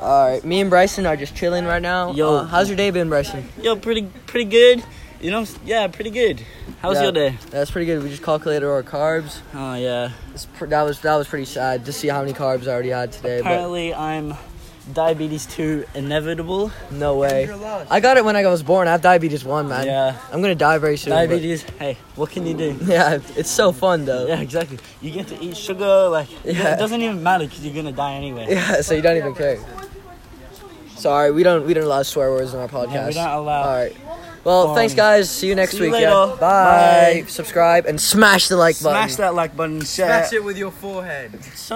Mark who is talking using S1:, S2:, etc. S1: All right, me and Bryson are just chilling right now.
S2: Yo.
S1: Uh, how's your day been, Bryson?
S2: Yo, pretty pretty good. You know, yeah, pretty good. How was
S1: Yeah.
S2: your day?
S1: That's pretty good. We just calculated our carbs.
S2: Oh yeah.
S1: It's pr- that was that was pretty sad to see how many carbs I already had today. But
S2: Apparently, I'm diabetes two inevitable.
S1: no way. I got it when I was born. I have diabetes one, man.
S2: Yeah.
S1: I'm gonna die very soon. but-
S2: Diabetes. Hey, what can you do?
S1: yeah, it's so fun though.
S2: Yeah, exactly. You get to eat sugar. Like you
S1: Uh, Yeah.
S2: don't- it doesn't even matter because you're gonna die anyway.
S1: Yeah, so you don't even care. Sorry, we don't we don't allow swear words on our podcast.
S2: Yeah, we don't allow-
S1: All right. Well,
S2: Um,
S1: thanks guys. See you next
S2: see you
S1: week. yeah.
S2: later.
S1: Bye.
S2: Bye.
S1: Subscribe and smash the like button.
S2: Smash that like button. Share.
S3: it with your forehead.
S2: Son